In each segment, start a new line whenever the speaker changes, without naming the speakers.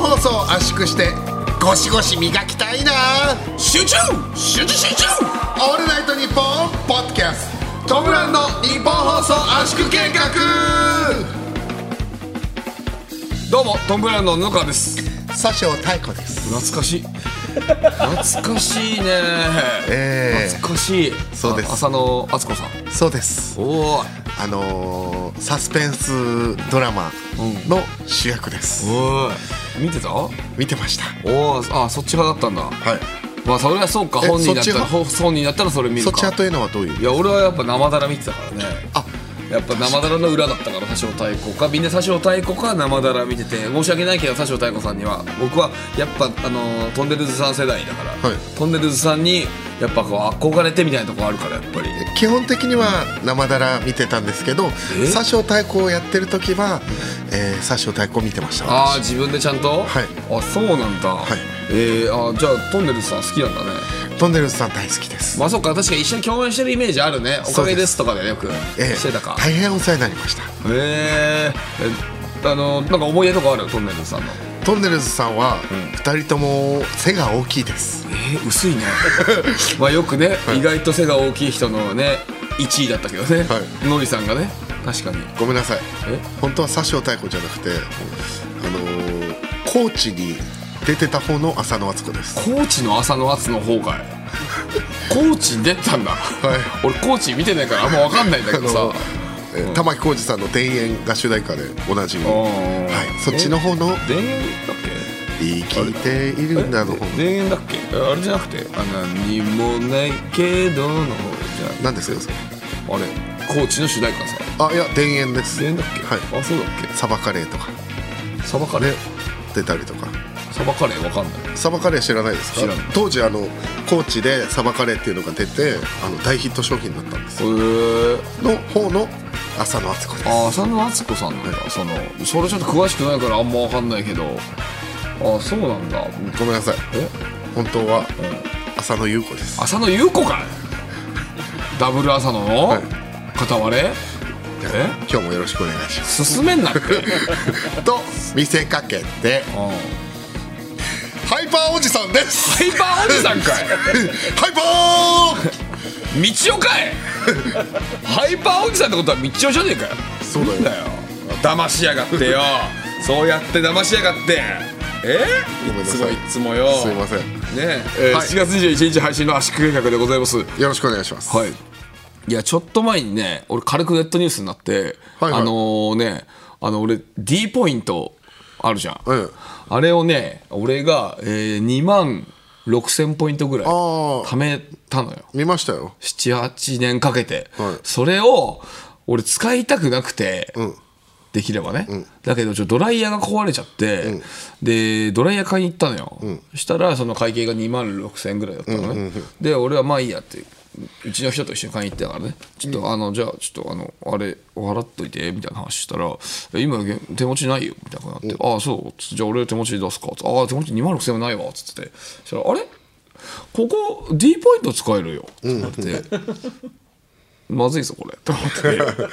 圧縮してゴシゴシ磨きたいな
集中集中集中
オールナイトニッポンポッドキャストトムブラウンの日本放送圧縮計画
どうもトムブラウンの布川です
佐生太子です
懐かしい懐かしいね、
ええ
懐かしい
そうです
あ浅野敦子さん
そうです
おー
あのーサスペンスドラマの主役です、
おい見てたお
見てました
ーあそっち派だったんだ
はい
まあそれはそうか
え
本人だったら
そっち
ほ本人だったらそれ見る
そ
か
っち派というのはどういう
いや俺はやっぱ生だら見てたからね
あ
やっぱ生だらの裏だったから佐生太鼓かみんな佐生太鼓か生だら見てて申し訳ないけど佐生太鼓さんには僕はやっぱあのートンネルズさん世代だから、
はい
トンネルズさんにやっぱこう憧れてみたいなとこあるからやっぱり
基本的には生だら見てたんですけど
え
佐生太鼓をやってる時は、えー、佐生太鼓見てました
ああ
私
自分でちゃんと、
はい
あそうなんだ、
い
えー、あーじゃあトンネルズさん好きなんだね
トンネルズさん大好きです、
まあそっか確かに一緒に共演してるイメージあるねおかげですとかでよく
えー
してたか
大変お世話になりました
へええあのなんか思い出とかあるトンネルズさんの
トンネルズさんは2人とも背が大きいです、
えー薄いね まあよくね、意外と背が大きい人のね1位だったけどね、
はい
のりさんがね確かに
ごめんなさい
え
本当は佐生太鼓じゃなくてあのー、高知に出てた方の浅野敦子です
高知の朝の圧の方かい 高知に出てたんだ、
い
俺高知見てないからあんま分かんないんだけ
あ
どさ
のえー玉置浩二さんの「田園」が主題歌でおなじみ、
あー
はい、そっちの方の
田園だっ
「生きているんだ」の方
け田園だっけあれじゃなくて「あ何もないけど」の方じゃ
なんですよそれ
あれ高知の主題歌さ
あいや田園です
田園だっけ、
はい
あそうだっけ
サバカレーとか
サバカレー
出たりとか
サバカレーわかんない
サバカレー知らないですか
知らない
当時あの高知でサバカレーっていうのが出てあの大ヒット商品だったんです
へえ
よの方の浅野敦子です
あ浅野敦子さんなんだ、そのそれちょっと詳しくないからあんま分かんないけどあそうなんだ
ごめんなさい
え
本当は浅野優子です
浅野ゆう子かいダブル浅野の、片割れえ
今日もよろしくお願いします
進めん なって
と見せかけて
うんハ
ハイパーおじさん です
イパーおじさんかい
ハイパー
道夫かいハイパーおじさんってことは道夫じゃねえかよ
そうだよ
だよ騙しやがってよそうやって騙しやがってえ
ごめんな
いつ
さ
も
い
いつもよ
すいません
ねえ、えー
はい
7月21日配信の圧縮計画でございますは
よろしくお願いします
いいやちょっと前にね俺軽くネットニュースになって、
はいはい
あのーねあの俺 D ポイントあるじゃん、
うん
あれをね俺が、えー、2万6000ポイントぐらい
あー
貯めたのよ
見ましたよ
78年かけて、
はい
それを俺使いたくなくて、
ん
できればね、だけどちょっとドライヤーが壊れちゃって、でドライヤー買いに行ったのよ、したらその会計が2万6000円ぐらいだったのね、で俺はまあいいやってうちの人と一緒に買いに行ったからねちょっとあのじゃあちょっとあのあれ払っといてみたいな話したら「え今現手持ちないよ」みたいなことになって「ああそう」つってじゃあ俺手持ちで出すか」つってああ手持ち2万6000円もないわ」つっててそしたら「あれここ D ポイント使えるよ」ってなって「まずいぞこれ」と思って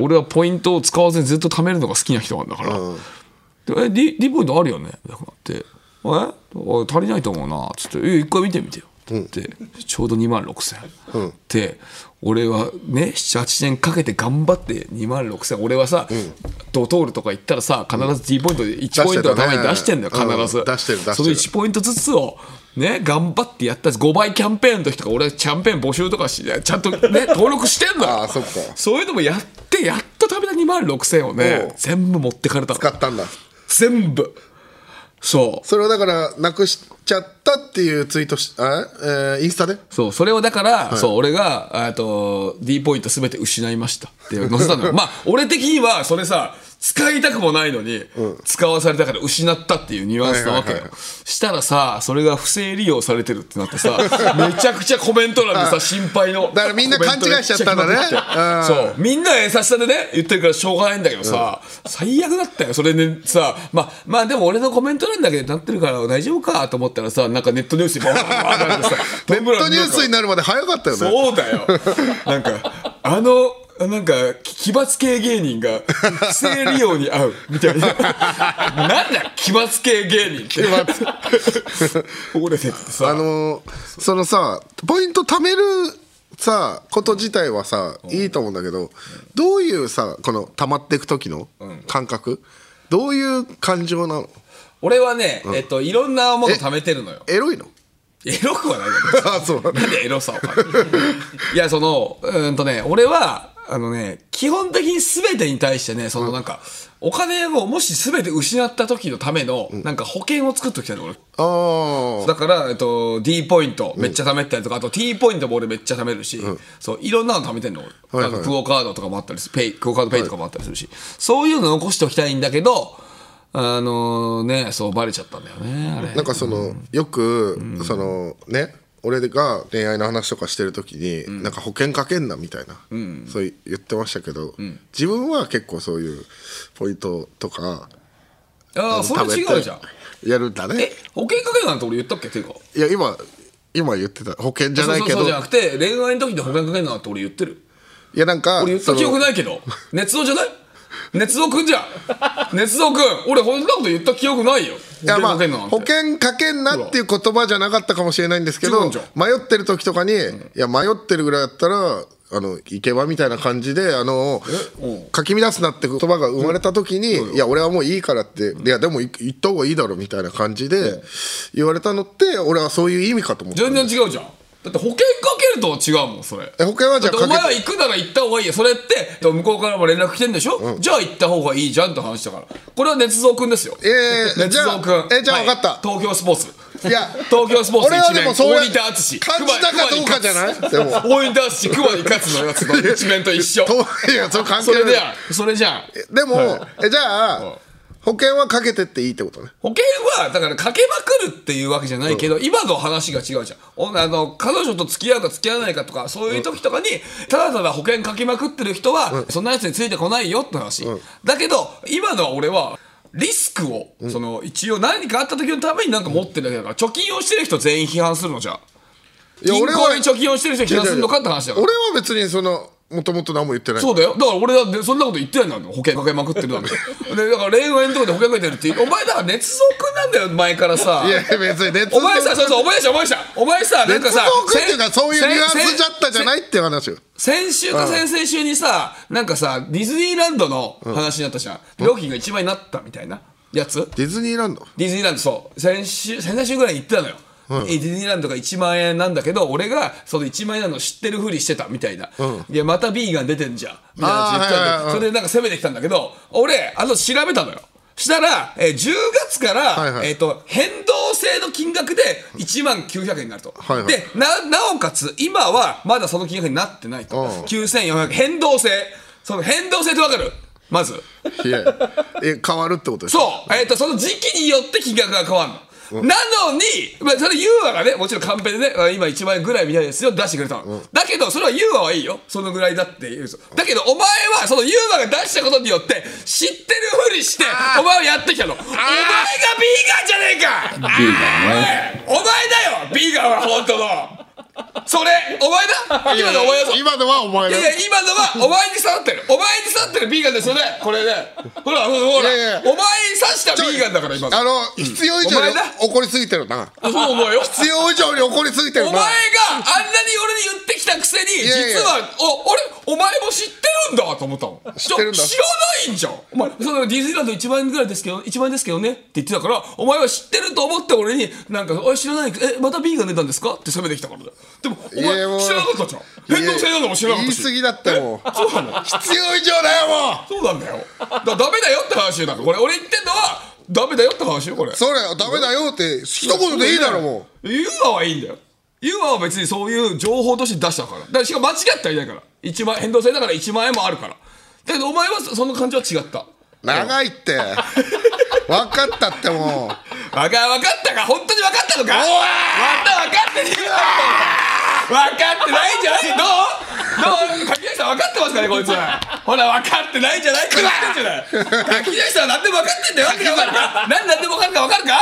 俺はポイントを使わずにずっと貯めるのが好きな人なんだから「でえ D, D ポイントあるよね」みたいなって「えあ足りないと思うな」つって「え一回見てみてよ」って、ちょうど2万6000円、で俺はね78年かけて頑張って2万6000俺はさ、ドトールとか行ったらさ必ず D ポイントで1ポイントのために出してんだよ
出してたね
必ず、
うん出してる出してる
その1ポイントずつをね頑張ってやった5倍キャンペーンの時とか俺キャンペーン募集とかしてちゃん とね登録してんのよ
あーそっか
そういうのもやってやっと食べた2万6000を
おう
ね全部持ってかれたの
使ったんだ
全部そう
それをだからなくしちゃったっていうツイートしあ、えーインスタで
そう、それをだから、そう、俺が、えっと、D ポイントすべて失いましたっ て載せたのよ。まあ、俺的には、それさ、使いたくもないのに、使わされたから失ったっていうニュアンスなわけよ。
はいはいは
したらさ、それが不正利用されてるってなってさ、めちゃくちゃコメント欄でさ、心配の。
だからみんな勘違いしちゃったんだね
コメントめっちゃ来まくってそう、みんな優しさでね、言ってるからしょうがないんだけどさ、最悪だったよ。それでさ、まあ、まあでも俺のコメント欄だけでなってるから大丈夫かと思ったらさ、なんかネットニュースにバーバーバーバーってさ、
ネットニュースになるまで早かったよね
そうだよ。なんか、あの、なんか奇抜系芸人が不正利用に遭うみたいななんだよ奇抜系芸人って折れてってさ
あのーそのさポイント貯めるさこと自体はさ、いいと思うんだけど、どういうさこの溜まっていく時の感覚、どういう感情なの
俺はね、えっと、いろんなもの貯めてるのよ
エロいの
エロくはないだ
あそう
ろなんでエロさを いやそのうーんとね俺はあのね基本的に全てに対してねそのなんか、お金をもし全て失った時のための、なんか保険を作っときたいの俺
あー
だから、えっと、D ポイントめっちゃ貯めてたりとか、あと T ポイントも俺めっちゃ貯めるし、そういろんなの貯めてんの俺、
はいはい
なんかクオ・カードとかもあったりするペイクオ・カードペイとかもあったりするし、そういうの残しておきたいんだけどあのねそうバレちゃったんだよねあれ
なんかその、よく、そのね俺が恋愛の話とかしてる時に、なんか保険かけんなみたいな、そう言ってましたけど、自分は結構そういうポイントとか
ああそれ
貯めて
違うじゃん
やるんだね
え保険かけるなんて俺言ったっけていうか
いや今今言ってた保険じゃないけ
そうそうそう
ど
じゃなくて恋愛の時で保険かけるなんて俺言ってる
いやなんか
俺言った記憶ないけど熱造じゃない熱造くんじゃん熱造くん俺こんなこと言った記憶ないよ
いやまあ
保険かけるな
保険かけん
んて
なっていう言葉じゃなかったかもしれないんですけ
違う
ど
じゃん
迷ってる時とかに、いや迷ってるぐらいだったらあの行けばみたいな感じであの
うん
かき乱すなって言葉が生まれた時に、いや俺はもういいからって、いやでもい行った方がいいだろみたいな感じで言われたのって俺はそういう意味かと思って
全然違うじゃんだって保険かけるとは違うもんそれ
え保険はじゃあ
だってお前
か
は
け
行くなら行った方がいいよそれってえっと向こうからも連絡来てんでしょ、じゃあ行った方がいいじゃんって話だからこれは捏造くんですよ
えー
捏造くん
じゃあえじゃあ分かった
はい東京スポーツ
いや
東京スポーツ
俺は
一
で
面
もそうや
大仁田淳
感じたかどうかじゃないでも
大仁田淳熊に勝つのやつの一面と一 緒
といやそう関
そ
係
れ
な
じ
い
ゃんそれじゃん
でも、えじゃあ保険はかけてっていいってことね
保険はだからかけまくるっていうわけじゃないけど、今の話が違うじゃんおあの彼女と付き合うか付き合わないかとかそういう時とかに、ただただ保険かけまくってる人は、そんなやつについてこないよって話、だけど今のは俺はリスクを、その一応何かあった時のためになんか持ってるだけだから貯金をしてる人全員批判するのじゃあ
いや
銀行
俺
に
は
貯金をしてる人批判するのかって話だから
俺は別にそのもともと何も言ってない
そうだよ。だから俺だってそんなこと言ってないんだもん。保険かけまくってるなんて。 で、だから恋愛のとこで保険かけてるって言う。お前だから捏造くんなんだよ、前からさ。
いや別に熱
お前さ、そうそう、お前さ、お前さ、お前さ、なん
熱
かさ、
くっていうかそういうニュアンスじゃったじゃ
い
ないっていう話よ
先週か先々週にさ、なんかさ、ディズニーランドの話になったじゃん。料金が1倍になったみたいなやつ。
ディズニーランド
ディズニーランドそう先週先々週ぐらいに行ってたのよ、えディズニーランドが1万円なんだけど俺がその1万円なの知ってるふりしてたみたいな、いやまたビーガン出てんじゃんみたいな話言ってたんだ
あーはいは
よ
いはい
それでなんか攻めてきたんだけど俺あの調べたのよしたら、えー10月から、
はいはい
えー、と変動制の金額で1万900円になると、
はいはい
でななおかつ今はまだその金額になってないと、
うん
9400円変動制その変動制ってわかるまず
い やえ変わるってことです
そう、えっとその時期によって金額が変わるの、なのに、まあ、それユーアがねもちろんカンペでねあ今1万円ぐらいみたいですよ出してくれたの、だけどそれはユーアはいいよそのぐらいだって言うんですよだけどお前はそのユーアが出したことによって知ってるふりしてお前はやってきたのお前がビーガンじゃねえか
ビーガンね
お前だよビーガンは本当のそれお前だ今のお前だぞ
今のはお前
い
だ
やいや今のはお前に刺さってるお前に刺さってるビーガンですよねこれねほらほらほら
いやいや
お前に刺したビーガンだから今の
あの必要以上に
お前だ
怒りすぎてるな
そう思うよ
必要以上に怒りすぎて
お
るな
前があんなに俺に言ってきたくせに
やいや
実はお俺お前も知ってるんだと思ったもん知
ってるんだ
知らないんじゃんお前そのディズニーランド1万円ぐらいですけど1万円ですけどねって言ってたからお前は知ってると思って俺になんか「おい知らないえまたビーガン出たんですか?」って攻めてきたからだよでもお前
いやいやもう
知らなかったじゃん変動性なのも知らなかったし
言い過ぎだってもう
えそうなの
必要以上だよもう
そうなんだよ。だダメだよって話よ。だからこれ俺言ってんのはダメだよって話よこれ。
それダメだよって一言でいいだろも
う。ユーマはいいんだよ。ユーマは別にそういう情報として出したから。だからしかも間違ってはいないから。一万変動性だから1万円もあるから。だけどお前はそその感じは違った。
う長い って分かったってもう
わかわかったか本当にわかったのか。またわかってねえわ。わかってないんじゃないどうどう柿崎さん分かってますかねこいつほら分かってないんじゃないか言ってんじゃない柿崎さんは何でも分かってんだよわけわかるか何何でも分かるか分かるか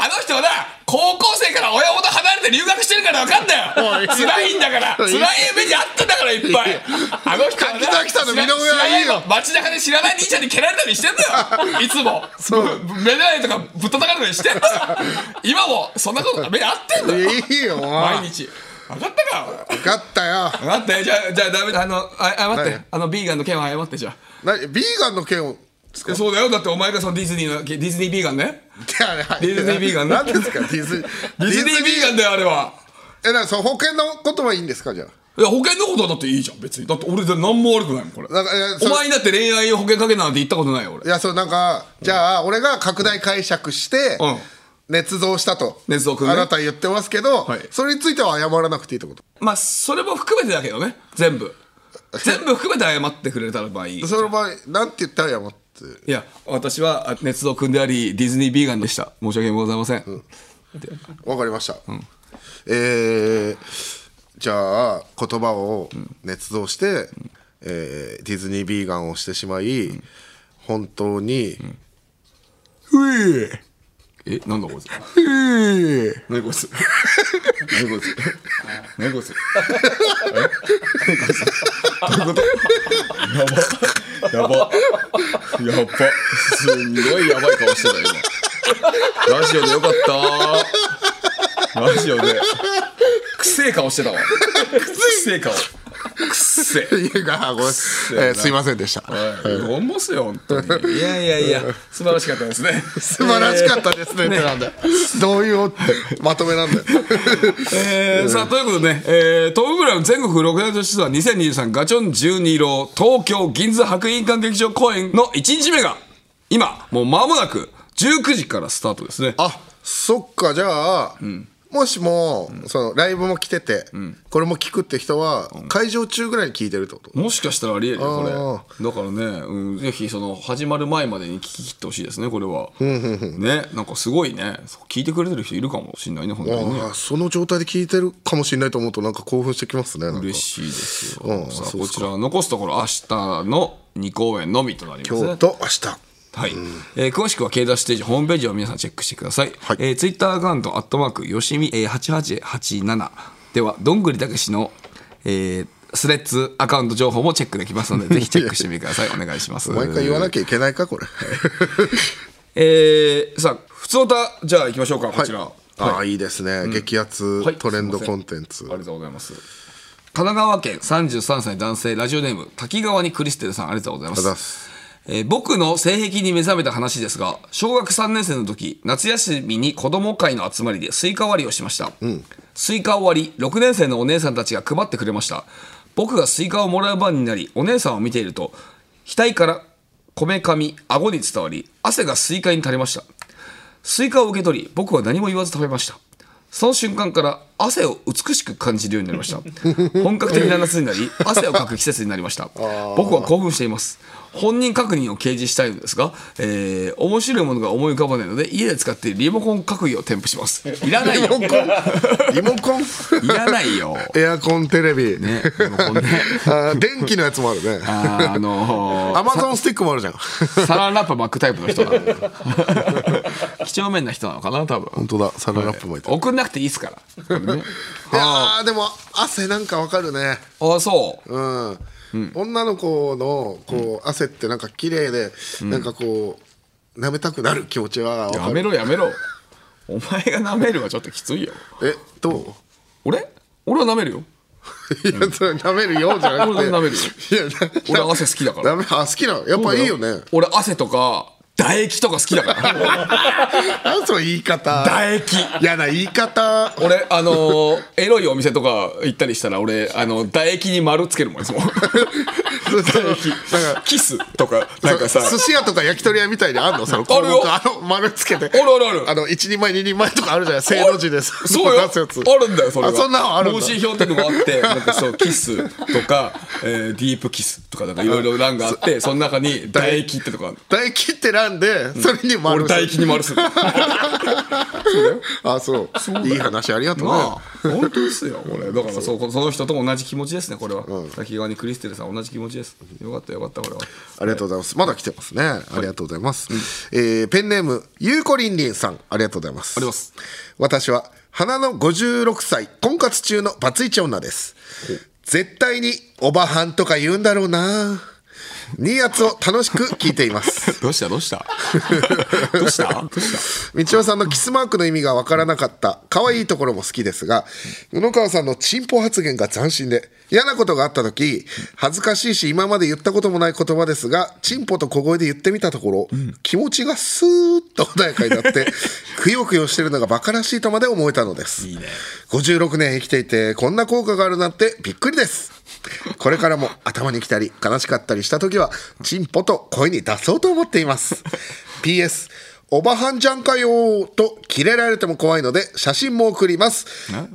あの人はな高校生から親元離れて留学してるからから分かんだよ辛いんだから辛い目にあったんだからいっぱいあの人はな
柿崎さんの身の上はいいよ
知らない街中で知らない兄ちゃんに蹴られたりしてんだ よいつも
そう
ぶ目の前とかぶったたかれたりしてんだよ今もそんなこと目にあってんだよ
いいよお前
毎日分かったか
分かったよ
分かったよじゃあじゃあダメだあのあ謝って
何
あのビーガンの件は謝ってじゃあ
なビーガンの件を
いやそうだよだってお前がそのディズニーのディズニービーガンね
デ
ディズニービーガンね
何ですかディズニー
ディズニービーガンだよあれは
えなんかその保険のことはいいんですかじゃあ
いや保険のことはだっていいじゃん別にだって俺何も悪くないもんこれ
なんかいやそ
お
の
前にだって恋愛を保険かけなんて言ったことないよ
い
俺
やそうなんかじゃあ俺が拡大解釈して
うん
捏造したと
捏造くんね
あなた言ってますけど
はい
それについては謝らなくていいってこと
まあそれも含めてだけどね全部全部含めて謝ってくれたらまあいいい
その場合なんて言ったら謝って
や私はあ捏造君でありディズニービーガンでした申し訳ございません、
わかりました、えーじゃあ言葉を捏造して、えーディズニービーガンをしてしまい、本当に、
ふええなんだこいつふえ何こいつ何こいつ何こいつえ何こいつどういうことやばやばすんごいやばい顔してた今ラジオでよかったラジオでくせえ顔してたわくせえ顔くせえ
いやごめん、えーすいませんでした、
はい、思いますよ、本当に。いやいやいや、素晴らしかったです ね。
素晴らしかったですねってなんだよどういうおまとめなんだよ
えー、さあということでね、えー、トム・ブラウン全国6大都市ツアー2023ガチョン12郎東京銀座博品館劇場公演の1日目が今もう間もなく19時からスタートですね
あそっかじゃあ、もしも、そのライブも来てて、これも聞くって人は、会場中ぐらいに聞いてるってこと、
もしかしたらありえるよ
あ
これだからね、うん、ぜひその始まる前までに聞き切ってほしいですねこれはねなんかすごいねそう聞いてくれてる人いるかもしれないね本当にね
あーその状態で聞いてるかもしれないと思うとなんか興奮してきますねなんか
嬉しいですよ、
うん
さあ
そうで
こ
す
ち
から
残すところ明日の2公演のみとなりますね
今日と明日
はい、えー詳しくは経済ステージホームページを皆さんチェックしてください、
はい
えツイッター Twitter アカウント「アットマークよしみ、えー8887」ではどんぐりたけしの、えースレッズアカウント情報もチェックできます のでぜひチェックしてみてくださいお願いします
毎回言わなきゃいけないかこれ
えーさあ普通歌じゃあ行きましょうかこちら、
ああいいですね、激アツ
はい
トレンドコンテンツ、
ありがとうございます。神奈川県33歳男性ラジオネーム滝川にクリステルさんありがとうござい
ありが
ま
とうございますす。
えー僕の性癖に目覚めた話ですが小学3年生の時夏休みに子供会の集まりでスイカ割りをしました、スイカを割り6年生のお姉さんたちが配ってくれました僕がスイカをもらう番になりお姉さんを見ていると額からこめかみ顎に伝わり汗がスイカに垂れましたスイカを受け取り僕は何も言わず食べましたその瞬間から汗を美しく感じるようになりました本格的な夏になり汗をかく季節になりました僕は興奮しています本人確認を掲示したいのですが、えー面白いものが思い浮かばないので家で使っているリモコン閣議を添付しますいらないよ
リモコン
いらないよ、
エアコンテレビ、
ね、リモコンね
あー電気のやつもあるね
あーあのー
アマゾンスティッ クもあるじゃん
サランラップバックタイプの人なの 几帳面な人なのかな多分
本当だサランラップもいて、
送んなくていいですから、ね、
いやーでも汗なんかわかるね
ああそう
うん、女の子のこう、汗ってなんか綺麗で、なんかこう舐めたくなる気持ちはわ
や
か
め
る
ろやめろお前が舐めるはちょっときついよ
えどう
俺俺は舐めるよ
いやそれ舐めるようじゃなくて
俺舐めるよ
いやな
俺は汗好きだから
舐めあ好きなのやっぱいいよね
俺汗とか唾液とか好きだから
何その言い方
唾液
嫌な言い方
俺あのーエロいお店とか行ったりしたら俺あの唾液に丸つけるもんい つも
そうそうなんか
キスとかなんかさ
そ寿司屋とか焼き鳥屋みたいにあんのその
あるよ
あの丸つけてあ
るあるある
の一人前二人前とかあるじゃない正の字でさ
そうよ。
出すやつ
あるんだよ、それが。
あそんなのあるんだ
問診票っていうのがあって、なんかそう、キスとか、えーディープキスとか、なんかいろいろ欄があって、その中に、唾液ってとかあるの
唾液ってなんでそれに丸
俺、唾液に丸する。な
あそういい話ありがとうね
あ、本当ですよ、俺。だからそう、その人と同じ気持ちですね、これは。滝川にクリステルさん、同じ気持ちです。よかった、よかった、俺は。
ありがとうございます。まだ来てますね。ありがとうございます。えーペンネーム、ゆうこりんりんさん、ありがとうございます。
りがとうございます
私は、花の56歳婚活中のバツイチ女です絶対におばはんとか言うんだろうなニーヤツを楽しく聞いています
どうしたどうした どうしたどうした
道夫さんのキスマークの意味がわからなかった可愛いところも好きですが宇野川さんのチンポ発言が斬新で嫌なことがあった時恥ずかしいし今まで言ったこともない言葉ですがチンポと小声で言ってみたところ、気持ちがスーッと穏やかになって くよくよしてるのがバカらしいとまで思えたのです
いね
56年生きていてこんな効果があるなんてびっくりですこれからも頭にきたり悲しかったりした時はチンポと声に出そうと思っています PS おばはんじゃんかよーとキレられても怖いので写真も送ります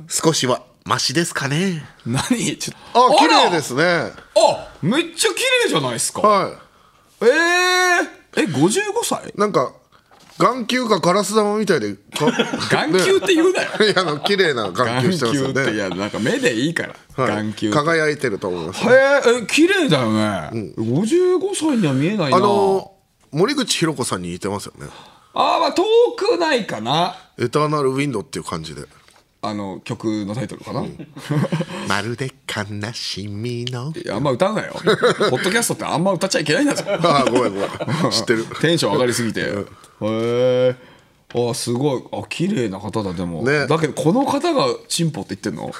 少しはマシですかね
何ちょっ
あ
と
綺麗ですすね
あめっちゃ綺麗じゃないですか
は
えー、え55歳
いなんか眼球がガラス玉みたいでか
眼球って言うなよ
いやあの綺麗な眼球
眼
してます
球
よ
ってい
ね、
やなんか目でいいから、
はい
眼球って
輝いてると思います
へええ綺麗だよね、55歳には見えないな
あ
あ
の森口博子さんに似てますよね
あーまあ遠くないかな
エターナルウィンドっていう感じで
あの曲のタイトルかな、い
まるで悲しみの
やあんま歌う なよポッドキャストってあんま歌っちゃいけないんだぞ
ああごめんごめん知ってる
テンション上がりすぎてへえあすごいあ綺麗な方だでも、
ね
だけどこの方がチンポって言って んの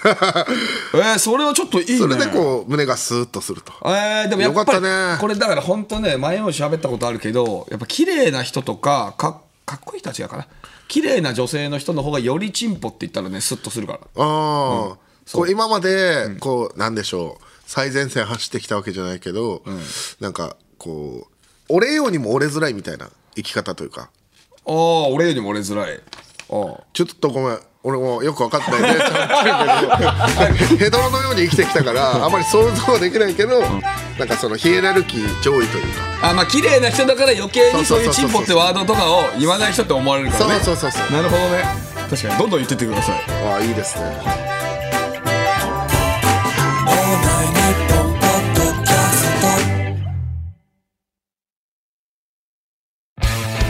えー、それはちょっといいね
それでこう胸がスーッとすると
えー、でもやっぱ
よかっ
り
たね
これだから本当ね前も喋ったことあるけどやっぱ綺麗な人とかかかっこいい人は違うかな綺麗な女性の人の方がよりチンポって言ったらねスッとするから
ああ、こう今までこうなんでしょう最前線走ってきたわけじゃないけど、なんかこう俺よにも折れづらいみたいな生き方というか
ああ俺よりも俺づらいあ
ちょっとごめん俺もよく分かっ てないでちゃんと言うけどヘドロのように生きてきたからあまり想像はできないけど、なんかそのヒエラルキー上位というか
あまあ綺麗な人だから余計に
そ
そう
そ
ういう
そ
うチ
う
ン
そう
ポってワードとかを言わない人って思われるか
そう
らね
そうそうそう
なるほどね確かにどんどん言ってってください
ああいいですね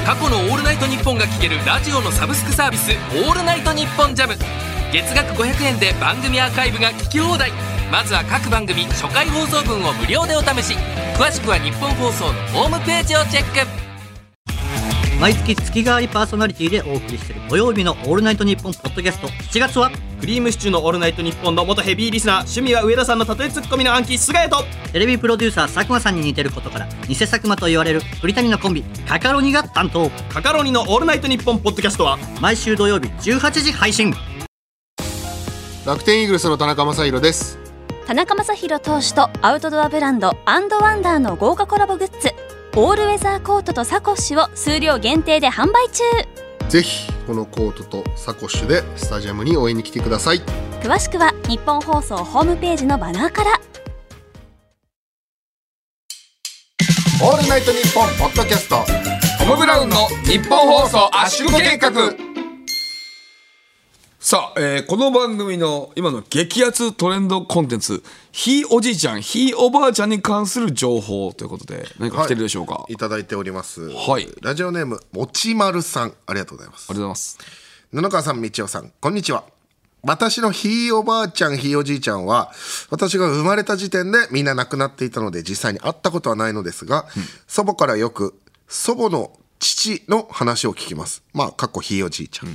過去の「オールナイトニッポン」が聴けるラジオのサブスクサービス「オールナイトニッポンジャム月額500円で番組アーカイブが聞き放題まずは各番組初回放送分を無料でお試し詳しくは日本放送のホームページをチェック
毎月月替わりパーソナリティでお送りしている土曜日の「オールナイトニッポン」ポッドキャスト7月は
クリームシチューのオールナイトニッポンの元ヘビーリスナー趣味は上田さんのたとえツッコミの暗記菅谷と
テレビプロデューサー佐久間さんに似てることから偽佐久間と言われる鳥谷のコンビカカロニが担当
カカロニのオールナイトニッポンポッドキャストは
毎週土曜日18時配信
楽天イーグルスの田中将大です
田中将大投手とアウトドアブランドアンドワンダーの豪華コラボグッズオールウェザーコートとサコッシュを数量限定で販売中
ぜひこのコートとサコッシュでスタジアムに応援に来てください
詳しくは日本放送ホームページのバナーから
「オールナイトニッポン」ポッドキャスト
トム・ブラウンの日本放送圧縮計画さあ、えーこの番組の今の激アツトレンドコンテンツひいおじいちゃんひいおばあちゃんに関する情報ということで何か来てるでしょうか、
い、いただいております
はい
ラジオネームもちまるさんありがとうございます
ありがとうございます
野々川さん、道夫さん、こんにちは。私のひいおばあちゃん、ひいおじいちゃんは、私が生まれた時点でみんな亡くなっていたので実際に会ったことはないのですが、祖母からよく祖母の父の話を聞きます。まあ、かっこひいおじいちゃん。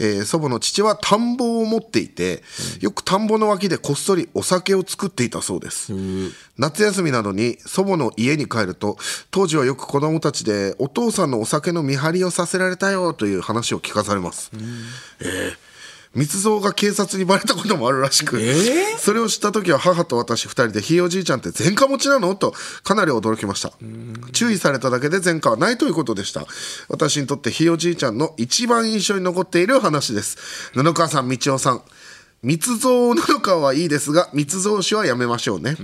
えー祖母の父は田んぼを持っていて、よく田んぼの脇でこっそりお酒を作っていたそうです。夏休みなどに祖母の家に帰ると当時はよく子供たちでお父さんのお酒の見張りをさせられたよという話を聞かされます、えー密造が警察にバレたこともあるらしく、それを知った時は母と私2人で「ひいおじいちゃんって前科持ちなの?」とかなり驚きました注意されただけで前科はないということでした私にとってひいおじいちゃんの一番印象に残っている話です布川さん道夫さん密造なのかはいいですが密造酒はやめましょうね、
へ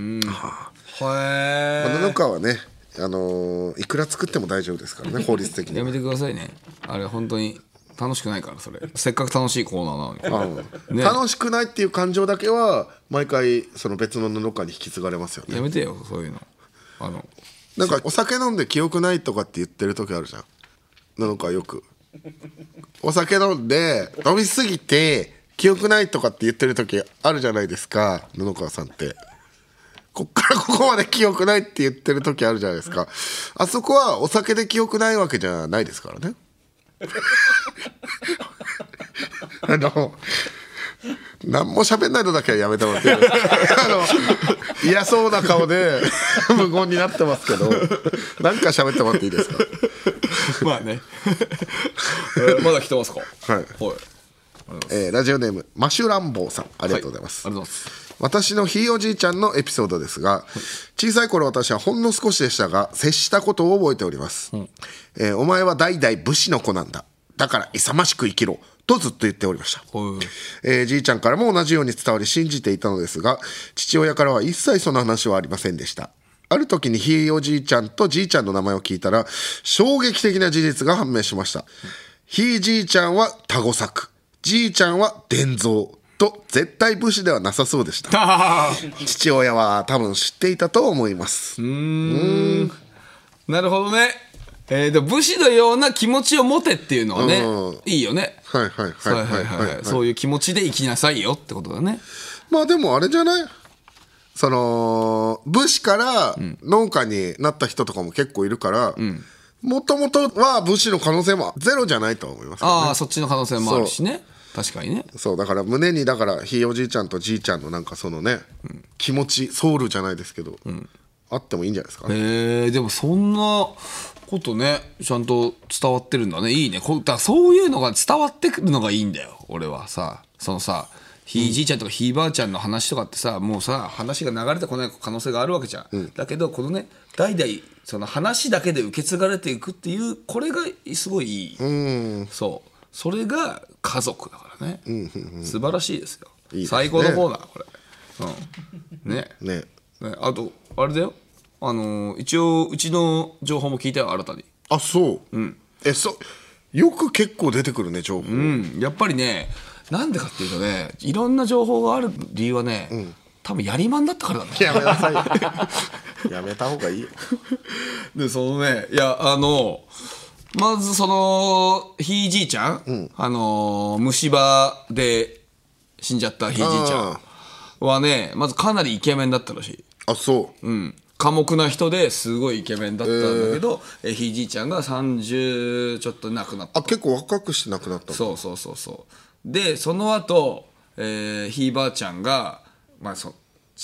まあ、布川はね、あのーいくら作っても大丈夫ですから ね法律的
や
に
めてくださいねあれ本当に楽しくないからそれせっかく楽しいコーナーなのに、ね
楽しくないっていう感情だけは毎回その別の布川に引き継がれますよね
やめてよそういうのあの
なんかお酒飲んで記憶ないとかって言ってる時あるじゃん布川よくお酒飲んで飲みすぎて記憶ないとかって言ってる時あるじゃないですか布川さんってこっからここまで記憶ないって言ってる時あるじゃないですかあそこはお酒で記憶ないわけじゃないですからねあの何も喋んないのだけはやめてもらってい いですかあの嫌そうな顔で 無言になってますけど何か喋ってもらっていいですか
まあね、 えーまだ来てますか
はい
はい
えーラジオネームマシュランボーさんありがとうございます、
ありがとうございます
私のひいおじいちゃんのエピソードですが小さい頃私はほんの少しでしたが接したことを覚えております、えーお前は代々武士の子なんだだから勇ましく生きろとずっと言っておりました、えーじいちゃんからも同じように伝わり信じていたのですが父親からは一切その話はありませんでしたある時にひいおじいちゃんとじいちゃんの名前を聞いたら衝撃的な事実が判明しましたひいじいちゃんは田子作じいちゃんは伝蔵と絶対武士ではなさそうでした 父親は多分知っていたと思います
なるほどねえー、でも武士のような気持ちを持てっていうのはね、
うん
いいよね
はいはいはい
は
は
いはいい
は
はいい、
はい
そういう気持ちで生きなさいよってことだね
まあでもあれじゃないその武士から農家になった人とかも結構いるからもともとは武士の可能性もゼロじゃないとは思いますけどね
ああそっちの可能性もあるしね確かにね
そうだから胸にだからひいおじいちゃんとじいちゃんのなんかそのね気持ちソウルじゃないですけどあってもいいんじゃないですか
えー、でもそんなことねちゃんと伝わってるんだねいいねこだからそういうのが伝わってくるのがいいんだよ俺はさそのさひいじいちゃんとかひいばあちゃんの話とかってさもうさ話が流れてこない可能性があるわけじゃん、だけどこのね代々その話だけで受け継がれていくっていうこれがすごいいい、そうそれが家族だからね、素晴らしいですよ
いいですね
最高のコーナーこれ、うん、ね
ね
ね、あとあれだよあのー一応うちの情報も聞いたよ新たに
あそう、えそよく結構出てくるね情報、
うんやっぱりねなんでかっていうとねいろんな情報がある理由はね、多分やりまんだったからだね
やめなさいよやめた方がいいよ
でそのねいやあのまずそのひいじいちゃん、あのー虫歯で死んじゃったひいじいちゃんはねまずかなりイケメンだったらしい
あそう、
うん、寡黙な人ですごいイケメンだったんだけど、えひいじいちゃんが30ちょっと亡くなった
あ結構若くして亡くなったの
そうそうそうそうでその後、えーひいばあちゃんが、まあ、そ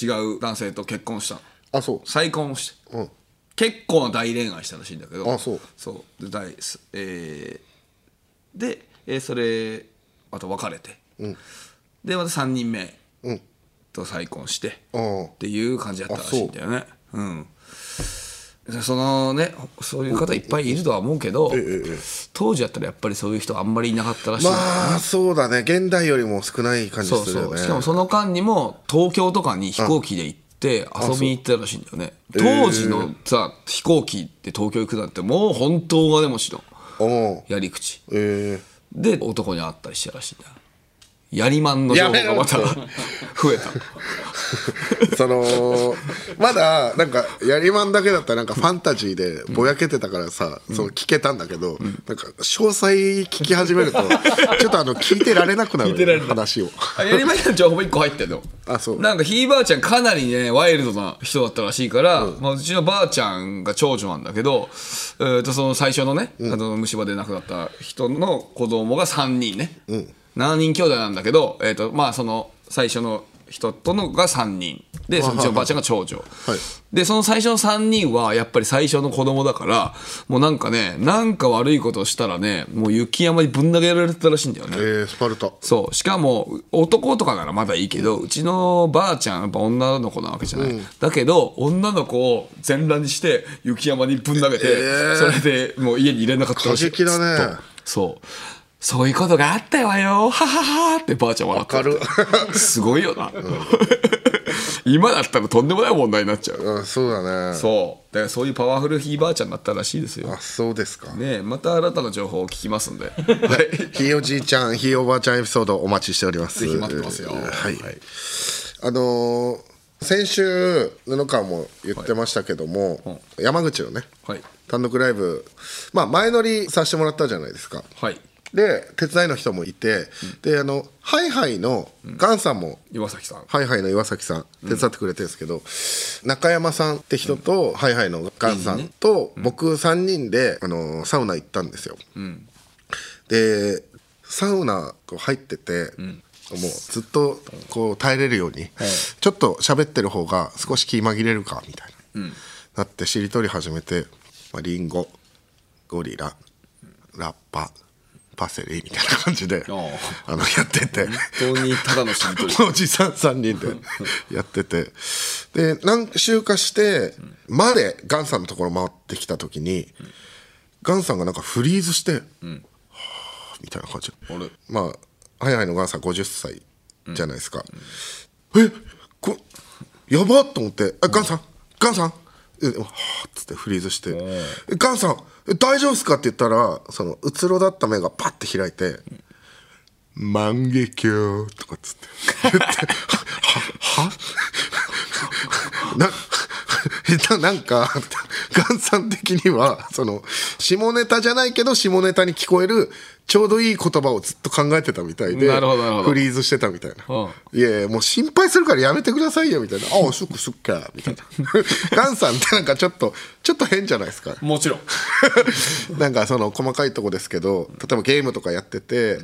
違う男性と結婚したの
あそ
再婚をして、
うん
結構な大恋愛したらしいんだけど
あそう
そうで大すえーで、えーそれまた別れて、でまた3人目
ん
と再婚して、
ううん
っていう感じだったらしいんだよね。うんそのねそういう方いっぱいいるとは思うけど、当時だったらやっぱりそういう人あんまりいなかったらしいんだよね、
まあそうだね現代よりも少ない感じ
そう
する
そ
よ
う
ね
しかもその間にも東京とかに飛行機で行って遊びに行ってたらしいんだよね当時のさ飛行機で東京行くなんてもう本当お金持ちの
おう
やり口
え
で男に会ったりしたらしいんだよやりまんの情報がまた
や
増えた
ー、その まだなんかやりまんだけだったらなんかファンタジーでぼやけてたからさ、そう聞けたんだけど、なんか詳細聞き始めると ちょっとあの聞いてられなくなる、
聞いてられない
話を
あやりまんの情報も1個入ってんの
あそう
なんかひいばあちゃんかなりねワイルドな人だったらしいから、うまあ、うちのばあちゃんが長女なんだけど、えー、とその最初のね、あの虫歯で亡くなった人の子供が3人ね、7人兄弟なんだけど、えーとまあ、その最初の人とのが3人でそのうちのばあちゃんが長女、
はい
でその最初の3人はやっぱり最初の子供だからもうなんかねなんか悪いことをしたらねもう雪山にぶん投げられてたらしいんだよね
え。ー、スパルタ
そうしかも男とかならまだいいけど、うちのばあちゃんやっぱ女の子なわけじゃない、だけど女の子を全裸にして雪山にぶん投げて、それでもう家に入れなかったらしい
過激だね
ずっとそうそういうことがあったわよはははってばあちゃん笑って
軽っ
すごいよな、今だったらとんでもない問題になっちゃう、
うんそうだね
そうだからそういうパワフルひいばあちゃんだったらしいですよ
あそうですか
ねえまた新たな情報を聞きますん ではい
ひいおじいちゃんひいおばあちゃんエピソードお待ちしております
ぜひ待ってますよ
はい、あのー先週布川も言ってましたけども、山口のね
はい
単独ライブまあ前乗りさせてもらったじゃないですか
はい
で手伝いの人もいて、であのハイハイのガンさんも、
岩崎さん
ハイハイの岩崎さん手伝ってくれてるんですけど、中山さんって人と、ハイハイのガンさんと僕3人で、あのーサウナ行ったんですよ、でサウナこう入ってて、もうずっとこう耐えれるように、ちょっと喋ってる方が少し気紛れるかみたいな、なってしりとり始めて、まあ、リンゴゴリララッパパセリみたいな感じで
あー
あのやってて
本当にただのしりとり
おじさん3人でやっててで何周かしてまでガンさんのところ回ってきた時に、ガンさんがなんかフリーズして、はぁみたいな感じ
あれ
まあハイハイのガンさん50歳じゃないですか、えこやばっと思って「えガンさんガンさん?え」はぁっつってフリーズして「えガンさんえ大丈夫っすか?」って言ったらそのうつろだった目がパッて開いて「万華鏡」とかっつって 言っては はなな なんかガンさん的にはその下ネタじゃないけど下ネタに聞こえるちょうどいい言葉をずっと考えてたみたいで
なるほどなるほど
フリーズしてたみたいな、
うん
いやいやもう心配するからやめてくださいよみたいな「ああそっかそっか」みた いなガンさんってなんかちょっとちょっと変じゃないですか
もちろん
なんかその細かいとこですけど例えばゲームとかやってて、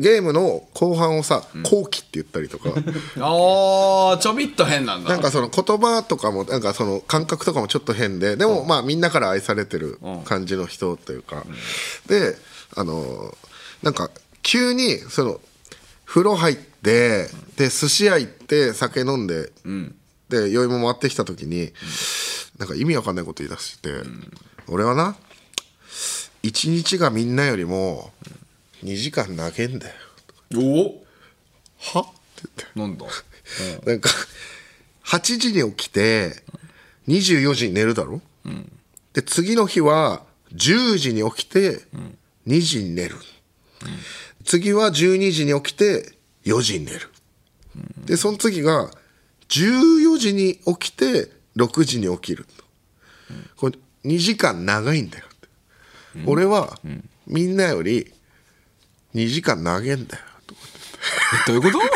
ゲームの後半をさ「後期」って言ったりとか、
ああちょびっと変なんだ
なんかその言葉とかもなんかその感覚とかもちょっと変ででもまあみんなから愛されてる感じの人というか、であのーなんか急にその風呂入ってで寿司屋行って酒飲んで、で酔いも回ってきた時に、なんか意味わかんないこと言い出して、俺はな一日がみんなよりも2時間長えんだよ
お
はって言って。
おなんだ
なんか8時に起きて24時に寝るだろ、で次の日は10時に起きて2時に寝る、次は12時に起きて4時に寝る、でその次が14時に起きて6時に起きる、これ2時間長いんだよって、俺はみんなより2時間長いんだよ
どういうこと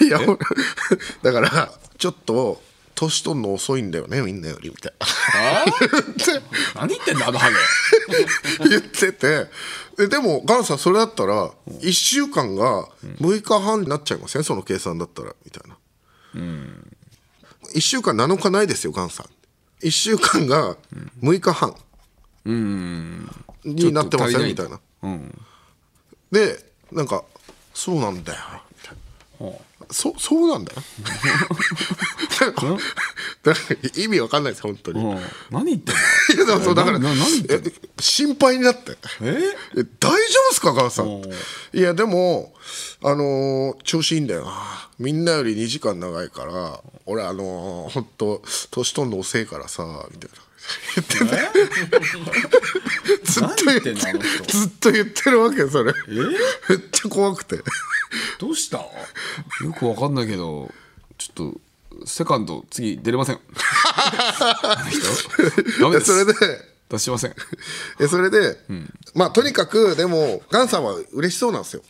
いや、俺 だから、ちょっと、年取るの遅いんだよね、みんなより、みたい
あ
な。
ー
っ
何言ってんだあのハゲ
て言ってて、ででも、ガンさん、それだったら、1週間が6日半になっちゃいません、その計算だったら、みたいな。1週間7日ないですよ、ガンさん。1週間が6日半になってませ
ちょっと足り
ん、
ない
みたいな。で、なんか、そうなんだよ、みたいな。そそうなん だよ なんかなんか意味わかんないです本当に、い
うん何言ってんだ
やでもそうだから
なな何言っ
え心配になって
え
え大丈夫ですか母さんいやでもあのー調子いいんだよなみんなより2時間長いから俺あのー、ほんと年取んの遅いからさみたいなずっと言って
何言ってんのあの人
ずっと言ってるわけそれめっちゃ怖くて
どうしたよくわかんないけどちょっとセカンド次出れ ませんあの人ダメです
いやそれで
出しません
えそれで、まあとにかくでもガンさんは嬉しそうなんですよ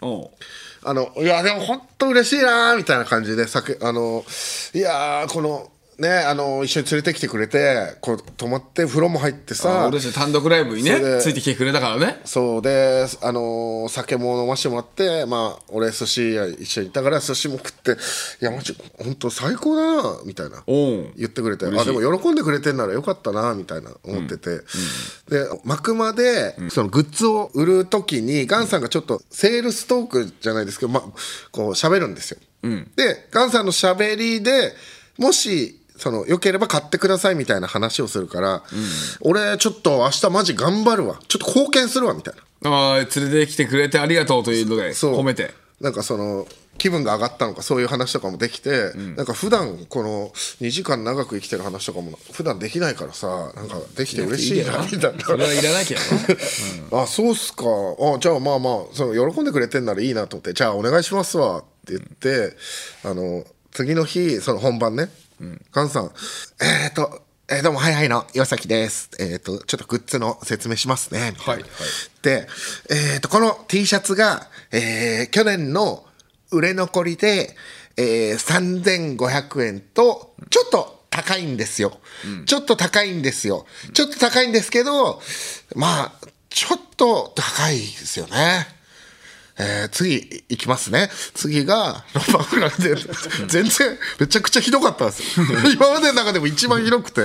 おう
あのいやでも本当嬉しいなーみたいな感じで酒あのいやーこのねあの一緒に連れてきてくれてこう泊まって風呂も入って
あ
さ
俺たち単独ライブにね
それで
ついてきてくれたからね
そうで、あのー酒も飲ましてもらって、まあ、俺、寿司屋一緒に行ったから、寿司も食って、いや、マジ、本当最高だな、みたいな、
おう
言ってくれて、あ、でも喜んでくれてんならよかったな、みたいな思ってて、で、幕間で、そのグッズを売るときに、ガンさんがちょっと、セールストークじゃないですけど、まあ、こう、喋るんですよ。で、ガンさんの喋りで、もし、そのよければ買ってくださいみたいな話をするから、俺ちょっと明日マジ頑張るわちょっと貢献するわみたいな
あー連れてきてくれてありがとうというので
そう
褒めて
なんかその気分が上がったのかそういう話とかもできて、なんか普段この2時間長く生きてる話とかも普段できないからさなんかできて嬉しいなみたいな
それはいらなきゃ
あそうっすかあじゃあまあまあその喜んでくれてんならいいなと思ってじゃあお願いしますわっって言って、あの次の日その本番ね、カンさん「えっ、ー、とえーどうもはいはいの岩崎です。えっ、とちょっとグッズの説明しますね」みたいな
はいはい
で、えっ、とこの T シャツが、えー去年の売れ残りで、えー3500円とちょっと高いんですよ、ちょっと高いんですよ、ちょっと高いんですけどまあちょっと高いですよね。えー次いきますね次がロバフラで全然めちゃくちゃひどかったんですよ 今までの中でも一番ひどくて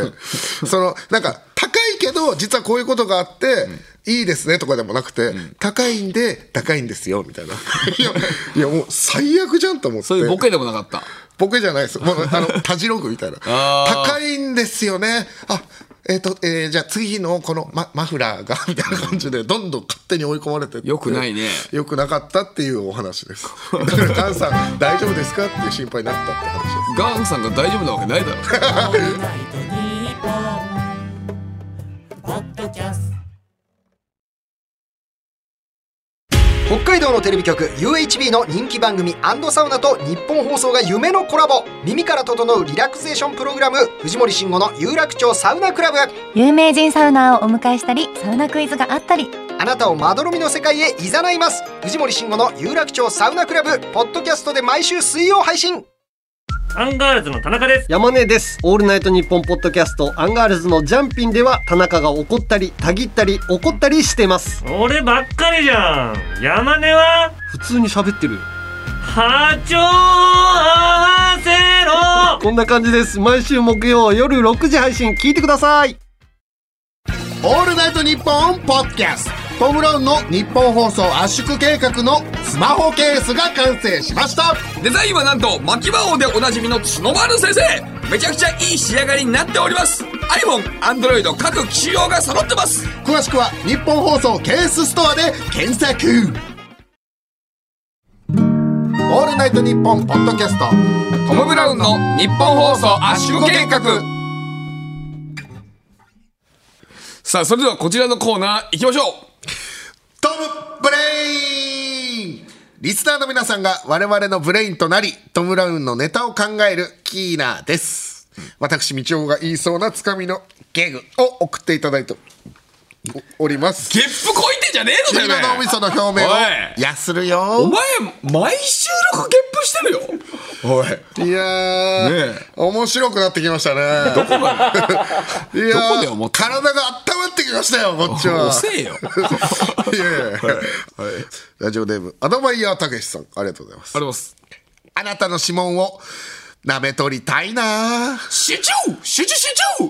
そのなんか高いけど実はこういうことがあって、いいですねとかでもなくて、高いんで高いんですよみたいないやいやもう最悪じゃんと思って
そういうボケでもなかった
ボケじゃない です。もうあの、たじろぐみたいな。
あー
高いんですよね。あ、えっ、と、えーじゃあ次のこのママフラーが、 みたいな感じで、どんどん勝手に追い込まれてって
よくないね
よくなかったっていうお話です。だから、カンさん、大丈夫ですかっていう心配になったって話です。
ガンさんが大丈夫なわけないだろ
北海道のテレビ局 UHB の人気番組サウナと日本放送が夢のコラボ耳から整うリラクゼーションプログラム藤森慎吾の有楽町サウナクラブ
有名人サウナーをお迎えしたりサウナクイズがあったり
あなたをまどろみの世界へいざないます藤森慎吾の有楽町サウナクラブポッドキャストで毎週水曜配信
アンガールズの田中です。
山根です。オールナイトニッポンポッドキャストアンガールズのジャンピンでは田中が怒ったり、たぎったり、怒ったりしてます。
俺ばっかりじゃん。山根は
普通に喋ってる。
波長合わせろ
こんな感じです。毎週木曜夜6時配信聞いてください。
オールナイトニッポンポッドキャストトム・ブラウンの日本放送圧縮計画のスマホケースが完成しました
デザインはなんと牧場王でおなじみの角丸先生めちゃくちゃいい仕上がりになっております iPhone、Android 各機種用が揃ってます
詳しくは日本放送ケースストアで検索
オールナイトニッポンポッドキャスト。
トム・ブラウンの日本放送圧縮計画さあそれではこちらのコーナー行きましょ
トム・ブレインリスナーの皆さんが我々のブレインとなり、トム・ブラウンのネタを考えるキーナーです。私、みちおが言いそうなつかみのゲグを送っていただいておおります。
うゲップこいてんじゃねえの
君
てめ
の脳みその表面を
おい
やする
お
よ
前毎収録ゲップしてるよおい
いやー、
ねえ
面白くなってきましたね どこいや
どこで思
ー
った
体が温まってきましたよこっちは
遅えよ
いやいやいやラジオネームアドバイヤーたけしさんありがとうございます
あります
あなたの指紋を舐め取りたいな
集中集中集中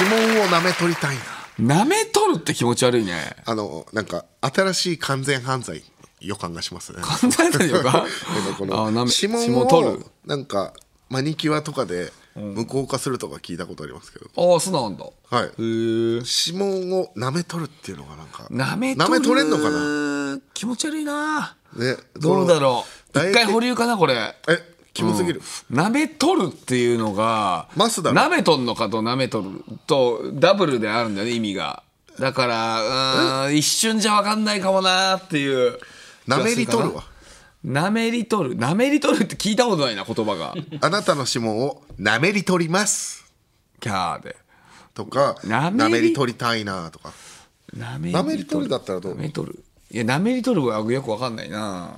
指紋を舐め取りたいな
舐めとるって気持ち悪い ね
あのなんか新しい完全犯罪予感がしますね
完全犯罪予感
なんかこ
あ
の
なめ
指
指紋
紋を
を取る
なんかマニキュアとかで無効化するとか聞いたことありますけど、
ああそうなんだ
はい
へえ
指紋を舐め取るっていうのがなんか
なめ
舐め取れんのかな
な気持ち悪いな
ね
どうだろう
唾
一
液
回保留かなこれ
えキモすぎる、
なめとるっていうのが
マスだろ
なめとんのかとなめとるとダブルであるんだよね意味がだからうーん一瞬じゃ分かんないかもなーっていう
舐めり取るわ
なめりとるなめりとるって聞いたことないな言葉 が
あなたの指紋を舐めり取ります
キャーで
とか舐
舐めり
めり取りたいなとか
なめ
なめりとるだったらどう
なめとるいやなめりとるはよく分かんないな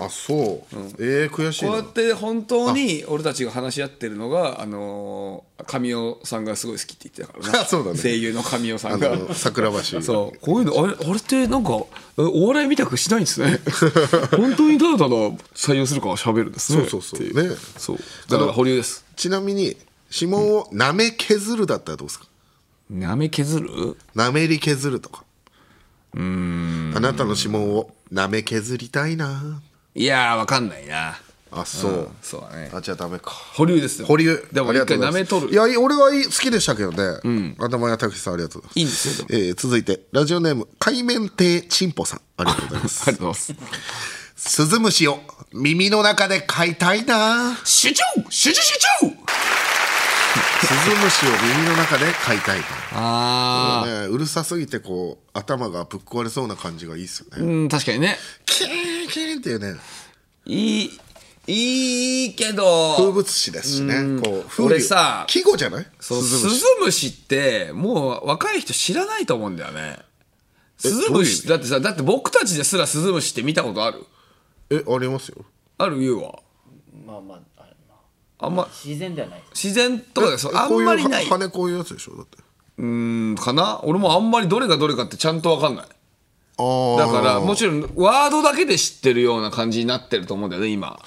あそう、えー、悔しい
こうや
な
って本当に俺たちが話し合ってるのがあのー神尾さんがすごい好きって言ってたから な
そうだね
声優の神尾さ
あ
んが
の桜橋
そうこういうのあれあれってなんかえお笑いみたくしないんです ね本当にただただ採用するから喋るんですね
そうそうそう
ってい
ね
そうだから保留です
ちなみに指紋を舐め削るだったらどうですか
なめ削る
舐めり削るとかうんあなたの指紋を舐め削りたいない
やーわかんないな
あそう、
そうだね
あじゃあダメか
保留ですよ
保留
でも
あり
一
がと
回
うござ
な
い
め
ます
とる
いやいい俺はいい好きでしたけどね、頭やたけしさんありがとうございます
いいんですよでも
えー続いてラジオネーム海面亭ちんぽさんありがとうございま
あ
す
りがとうございます
スズムシを耳の中で飼いたいな
集中集中集中
スズムシを耳の中で飼いたいな
ああ
ね、うるさすぎてこう頭がぶっ壊れそうな感じがいいっすよね、
うん確かにね
キーンキキーンっていうね
いいいいけど
風物詩ですしね
うん
こう風
俺さ
季語じゃない
そう
スズ
スズ
ムシ
ムシってもう若い人知らないと思うんだよねスズ
どう
ム
いう意
シ
味
だってさだって僕たちですらスズムシって見たことある
えありますよ
ある言うわ
まあまああれ
あんま
自然ではない
自然とかでそうあんまりない
こううは羽こういうやつでしょだって
うーんかな俺もあんまりどれがどれかってちゃんとわかんないだからもちろんワードだけで知ってるような感じになってると思うんだよね今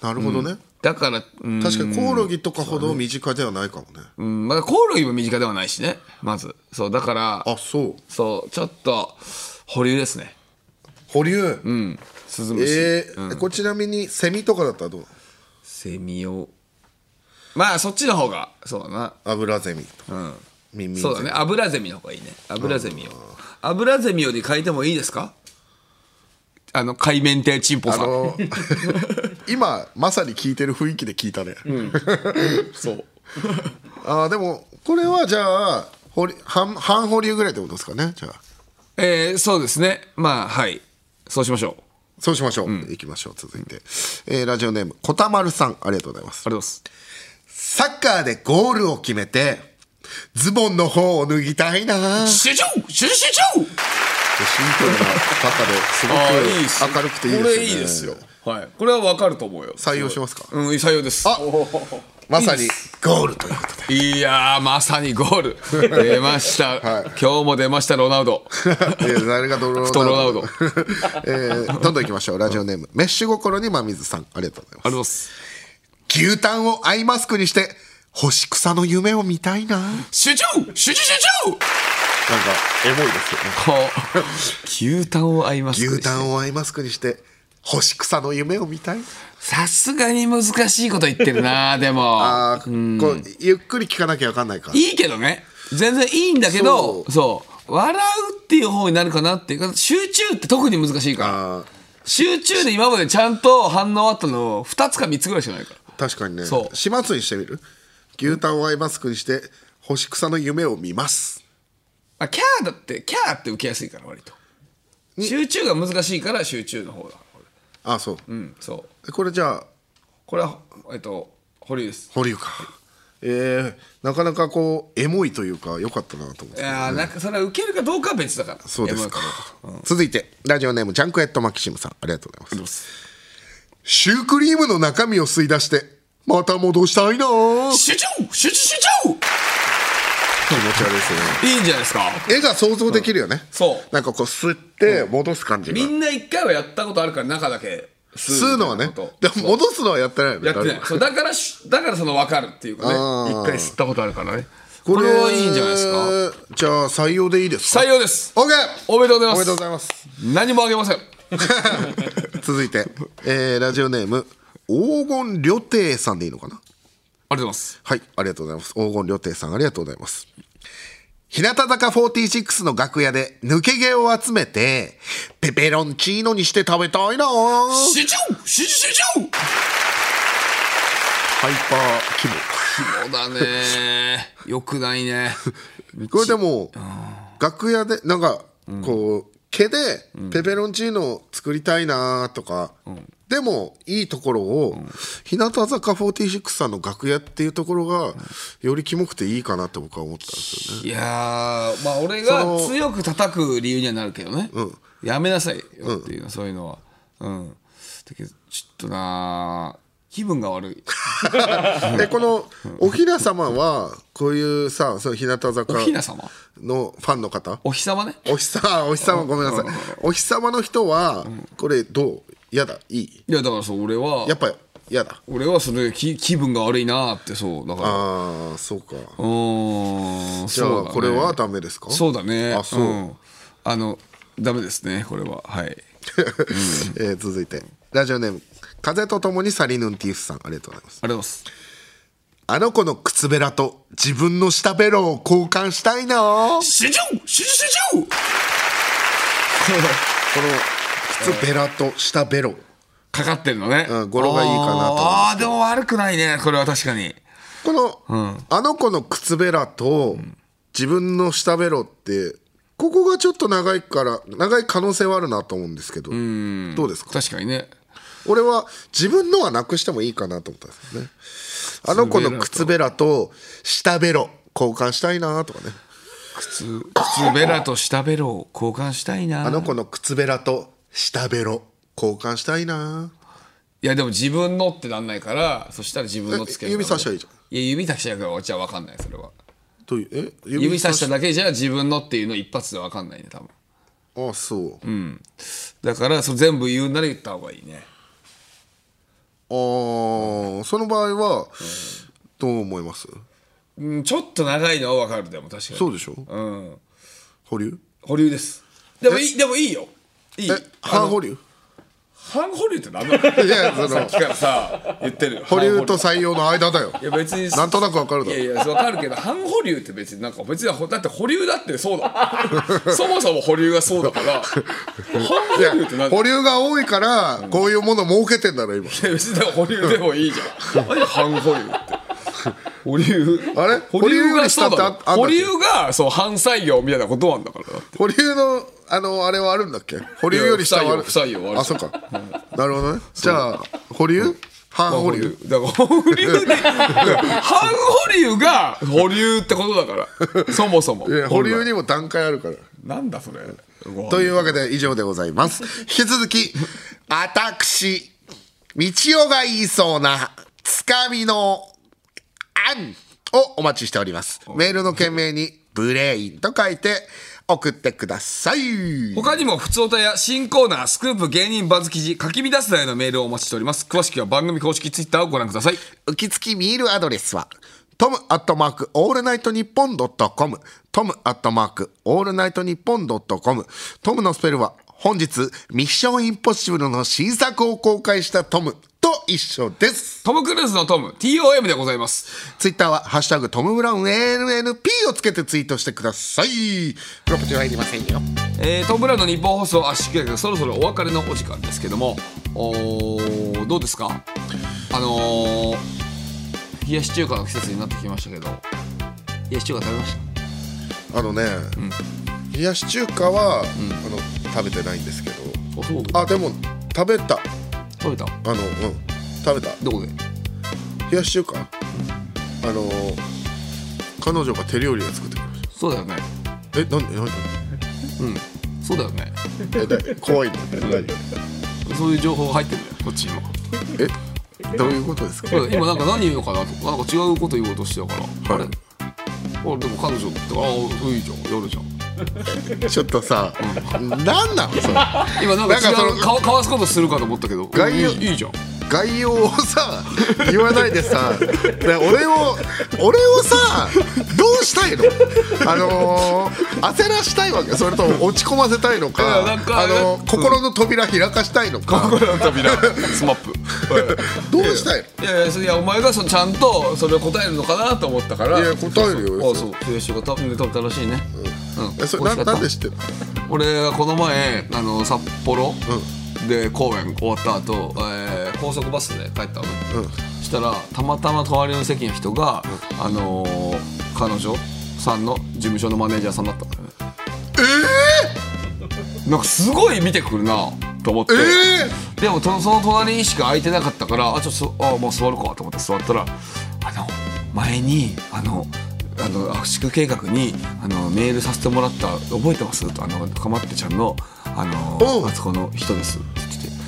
なるほどね、
だからうん
確かにコオロギとかほど身近ではないかもね
うんまだコオロギも身近ではないしねまずそうだから
あそう
そうちょっと保留ですね
保留、
うんスズムシ、
えー
うん
これちなみにセミとかだったらどう
セミをまあそっちの方がそうだな
油ゼミとか、
うん
耳
そうだね油ゼミの方がいいね油ゼミを油ゼミより変えてもいいですかあの海面亭チンポ
あ
さん
の 今まさに聞いてる雰囲気で聞いたね、
そう
あーでもこれはじゃあ保留半半保留ぐらいってことですかねじゃあ
えーそうですねまあはいそうしましょうあり
そうしましょう、行きましょう続いて、えーラジオネームこたまるさんありがとうございます
がとうございます
サッカーでゴールを決めてズボンの方を脱ぎたいなシン
主張主張
プルな方です
ああいいっす
ごく明るくていいですよね
これいいですよはいこれはわかると思うよ
採用しますか
うん採用ですあ
まさにゴールということで
いやーまさにゴ ール出まし
は
た、
い
今日も出ましたロナウ ド
いや誰がドロ
太ロナウド
えーどんどんいきましょうラジオネームメッシュ心にまみずさんありがとうございます
あります
牛タンをアイマスクにして干し草の夢を見たいななんか
主張主張主張
エモいですよね
こう牛タンを合います
牛タンをアイマスクにして干し草の夢を見たい
さすがに難しいこと言って るなでも
ああ、こうゆっくり聞かなきゃ分かんないから
いいけどね全然いいんだけど
そ
そう笑うっていう方になるかなっていうか集中って特に難しいから
あ
集中で今までちゃんと反応あったの2つか3つぐらいしかないから
ー確かにね
そう
始末にしてみる牛タンをアイマスクにして干し草の夢を見ます
あキャーだってキャーって受けやすいから割と集中が難しいから集中の方だ
あそう、
うんそう
これじゃあ
これはえっと堀井です
保留かえー、なかなかこうエモいというか良かったなと思っ
い
て
やーなんかそれは受けるかどうかは別だから
そうですか
や
続いてラジオネームジャンクエットマキシムさんありがとうございますシュークリームの中身を吸い出してまた戻したいなぁ
集中集中集中
気持ち悪いですよね
いいんじゃないですか
絵が想像できるよね、
そう
なんかこう吸って戻す感じが、
みんな一回はやったことあるから中だけ
吸うのはねでも戻すのはやってないよね
やってない
誰も
そうだからしだからその分かるっていうかね
あー
一回吸ったことあるからねこれはいいんじゃないですか
かじゃあ採用でいいですか
採用です
オーケー
おめでとうござい
お
ま
めで
す
とうございます
何もあげません
続いて、えーラジオネーム黄金旅亭さんでいいのかな
ありがとうございます
はいありがとうございます黄金旅亭さんありがとうございます日向坂46の楽屋で抜け毛を集めてペペロンチーノにして食べたいなハ
集中集中集中
イパーキモ
そうだねよくないね
これでも楽屋でなんかこう毛でペペロンチーノを作りたいなとか、でもいいところを日向坂46さんの楽屋っていうところがよりキモくていいかなって僕は思ったん ですよね
いやーまあ俺が
その
強く叩く理由にはなるけどね、やめなさいよっていうの、そういうのはうんだけどちょっとなー気分が悪い
えこのおひな様はこういうさその日向坂
おひな様
のファンの方
お日様ね
おひさおひさまごめんなさいおひさまの人はこれどうやだいい
いやだからそう俺は
やっぱやだ
俺はそれ気気分が悪いなーってそうだから
ああそうか
うーん
じゃ
そ
あ
うだね
これはダメですか
そうだね
あそう、
んあのダメですねこれははい
えー続いてラジオネーム風とともにサリヌンティースさんありがとうございます
ありがとうございます
あの子の靴べらと自分の下べらを交換したいなこの
集中集中集中この
靴べらと下べろ
かかってるのね、
うん語呂がいいかなと思います
あーあーでも悪くないねこれは確かに
この、あの子の靴べらと自分の下べろってここがちょっと長いから長い可能性はあるなと思うんですけど
うん
どうですか
確かにね
俺は自分のはなくしてもいいかなと思ったんですよねあの子の靴べらと下べろ交換したいなとかね
靴靴べらと下べろを交換したいな
あの子の靴べらと下べろ交換したいない
いやでも自分のってなんないからそしたら自分のつける
指差しゃいいじゃん
いや指差しちゃうからじゃあ分かんないそれは
どういうえ
指差しただけじゃ自分のっていうの一発で分かんないね多分
ああそう
うんだからそれ全部言うなら言った方がいいね
ああその場合はどう思います
うんちょっと長いのは分かるでも確かに
そうでしょ
うん
保留
保留ですでもいいでもいいよいい
半保留
半保留って何なの
いやその
さっきからさ言ってるよ
保留と採用の間だよ
いや別に
なんとなくわかるだろ
いやいや分かるけど半保留って別になんか別にほだって保留だってそうだもん そもそも保留がそうだから
いや保留が多いからこういうもの儲けてんだろ今
いや別に保留でもいいじ ゃん何半保留って保留
あれ
保留がそ
保留より下っ
うだ
てああんだっけ
保留がそう反採用みたいなことなんだからだって
保留のあのあれはあるんだっけ保留より下はある
不採用不採用はある
あそうかなるほどねじゃあ保留半保留
だから保留で 半保留が保留ってことだからそもそも
いや保留にも段階あるから
なんだそれ
というわけで以上でございます引き続き私道夫が言いそうなつかみの案をお待ちしておりますメールの件名に「ブレイン」と書いて送ってください
他にも普通歌や新コーナースクープ芸人バズ記事書き乱すなへのメールをお待ちしております詳しくは番組公式ツイッターをご覧ください
受付メールアドレスはトムアットマークオールナイトニッポンドットコムトムアットマークオールナイトニッポンドットコムトムのスペルは本日ミッションインポッシブルの新作を公開したトムと一緒です
トム・クルーズのトム TOM でございます
ツイッターは「ハッシュタグトムブラウン ANNP」をつけてツイートしてくださいプロポチはいりませんよ
えー、トム・ブラウンの日本放送圧縮役そろそろお別れのお時間ですけどもおーどうですかあのー、冷やし中華の季節になってきましたけど冷やし中華食べました
あのね、冷やし中華は、あの食べてないんですけどあでも食べた
食べた
あの、うん、食べた
どこで
冷やし中華あのー彼女が手料理を作ってくれました
そうだよね
えなんでなんで
うんそうだよね
えだ怖いんだ何
そういう情報が入ってるんだよこっちにも
えどういうことですか
そうだ今なんか何言うのかなとかなんか違うこと言おうとしてたから、あれあでも彼女ってああいいじゃんやるじゃん
ちょっとさ、なんなのそれ
今なんか
なんか
違
そうの
かかわすことするかと思ったけど
概要
いいいいじゃん
概要をさ言わないでさで俺を俺をさどうしたいのあのー焦らしたいわけそれとも落ち込ませたいの
い
か
やなんか
あのー心の扉開かしたいのか
扉 スマップ
どうしたいの
いやいやそれいやお前がそのちゃんとそれを答えるのかなと思ったから
いや答えるよ
そうそうあそう冷やし中華食べ食べたらしいねうん、
えそれ
美
な
味しかった
なんで知ってる
俺がこの前あの札幌で公演終わった後、えー高速バスで帰ったの、そしたらたまたま隣の席の人が、あのー彼女さんの事務所のマネージャーさんだったのよねえなんかすごい見てくるなと思って、でもとその隣にしか空いてなかったからあちょっとそあもう座るかと思って座ったらあの前にあのあの圧縮計画にあのメールさせてもらった覚えてますとあのかまってちゃんのあのあそこの人ですって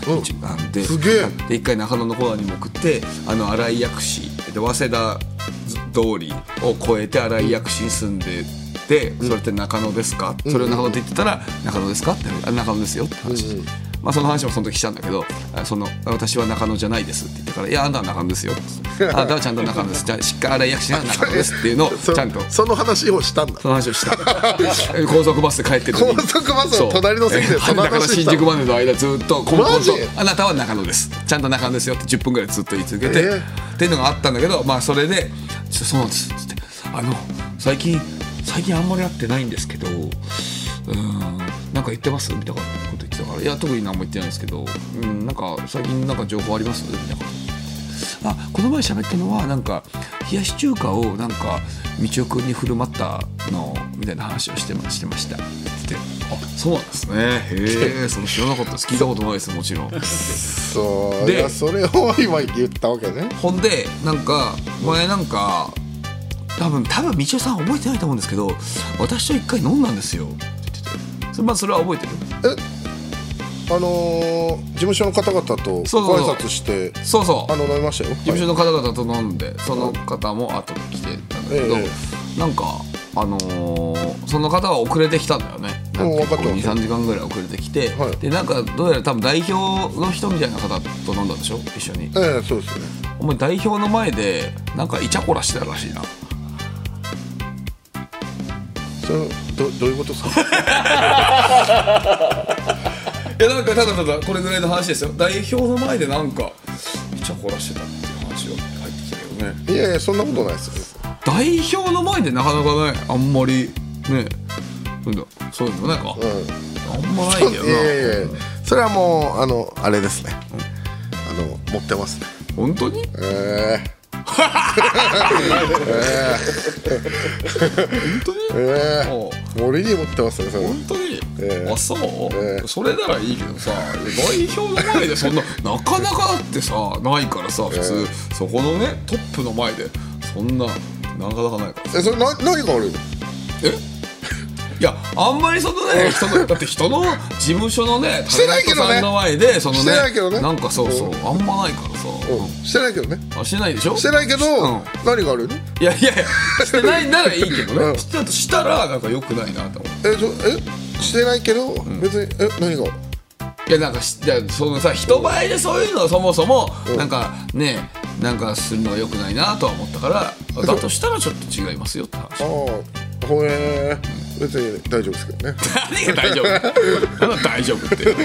言っててあのでで一回中野のコーナーにも送ってあの新井薬師で早稲田通りを越えて新井薬師に住んで。てそれって中野ですか、それを中野って言ってたら「中野ですか?」って「あ中野ですよ」って話、まあ、その話もその時したんだけど「あその私は中野じゃないです」って言ったから「いやあんたは中野 ですよ」って「あんたはちゃんと中野です」じゃあしっかり新井薬師なら中野ですっていうのをちゃんと
その話をしたんだ
その話をした 高速バスで帰ってるのに
高速バスの隣の席で
そ
そ
の
の
だから
話
新
した
宿
の
までの間ずっとコンコン
マジ
と「あなたは中野ですちゃんと中野ですよ」って10分ぐらいずっと言い続けて、っていうのがあったんだけどまあそれで「ちょそうなんです」つって「あの最近最近あんまり会ってないんですけどうーんなんか言ってます?」みたいなこと言ってたから「いや特に何も言ってないんですけどうんなんか最近なんか情報あります?」みたいなこと言って。あこの前喋ったのはなんか冷やし中華をなんかみちおくんに振る舞ったのみたいな話をしてましてましたってあそうなんですねへえその知らなかったです聞いたことないですもちろん
そう
で
でそれを今言ったわけね
ほんでなんか前なんか多分多分みちおさん覚えてないと思うんですけど私と一回飲んだんですよって言っててそれ,、まあ、それは覚えてる
あのー事務所の方々とご
そうそうそう
挨拶して
そうそう
あの飲みましたよ
事務所の方々と飲んでその方も後で来てたんだけど、
え
なんかあのーその方は遅れてきたんだよね
うん分かった
23時間ぐらい遅れてきて、でなんかどうやら多分代表の人みたいな方と飲んだんでしょ一緒に
ええそうですね
お前代表の前でなんかイチャコラしてたらしいな
それどどういうこと ですか
いやなんかただただこれぐらいの話ですよ代表の前でなんかイチャコラしてたっていう話が入ってきたけどね
いやいやそんなことないですよ
代表の前でなかなかねあんまりねそういうのそういうのなんか、あんまないけど
いやいやいや
な
それはもうあのあれですねあの持ってますね
本当に
ええええええ森に持ってますねそれ
本当に、
ええ
あそう、
ええ
それならいいけどさ代表の前でそんななかなかだってさないからさ普通、
え
そこのねトップの前でそんななかなかないから
えそれな何が悪いの
えいやあんまりそのね人のだって人の事務所のね
してないけどね
タレントさんの前でそのね
してないけどね
んかそうそう、あんまないからさ、
してないけどね
あしてないでしょ
してないけど、
うん
何が悪いの
いやいやい やしてないならいいけどね、
うん
したしたらなんか良くないなと思
えそえしてないけど、別にえ何が
ういやなんかしいやそのさ人前でそういうのはそもそもなんかねなんかするのが良くないなとは思ったからだとしたらちょっと違いますよっ て話
ああほえ別に大丈夫ですけどね
何が大丈夫なんだ大丈夫って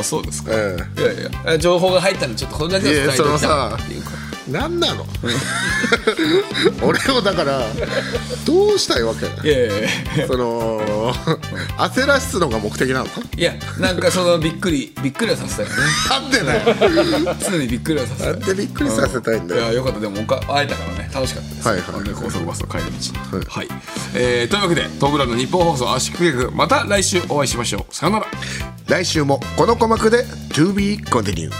あそうですか、
え
いやいやえ情報が入ったんでちょっとこれだけは伝えておきたいっていうか
えなんなの 俺をだからどうしたいわけ
いやいやいや
その焦らすのが目的なのか
いやなんかそのびっくりびっくりはさせたよね
なんでだよ
常にびっくりはさせた
なんでびっくりさせたいんだ
いや
よ
よかったでもおか会えたからね楽しかったです、
はいはい
あのね高速バスの帰り道はい、えーというわけでトムブラウンの日本放送圧縮劇また来週お会いしましょうさようなら
来週もこの鼓膜で To be continued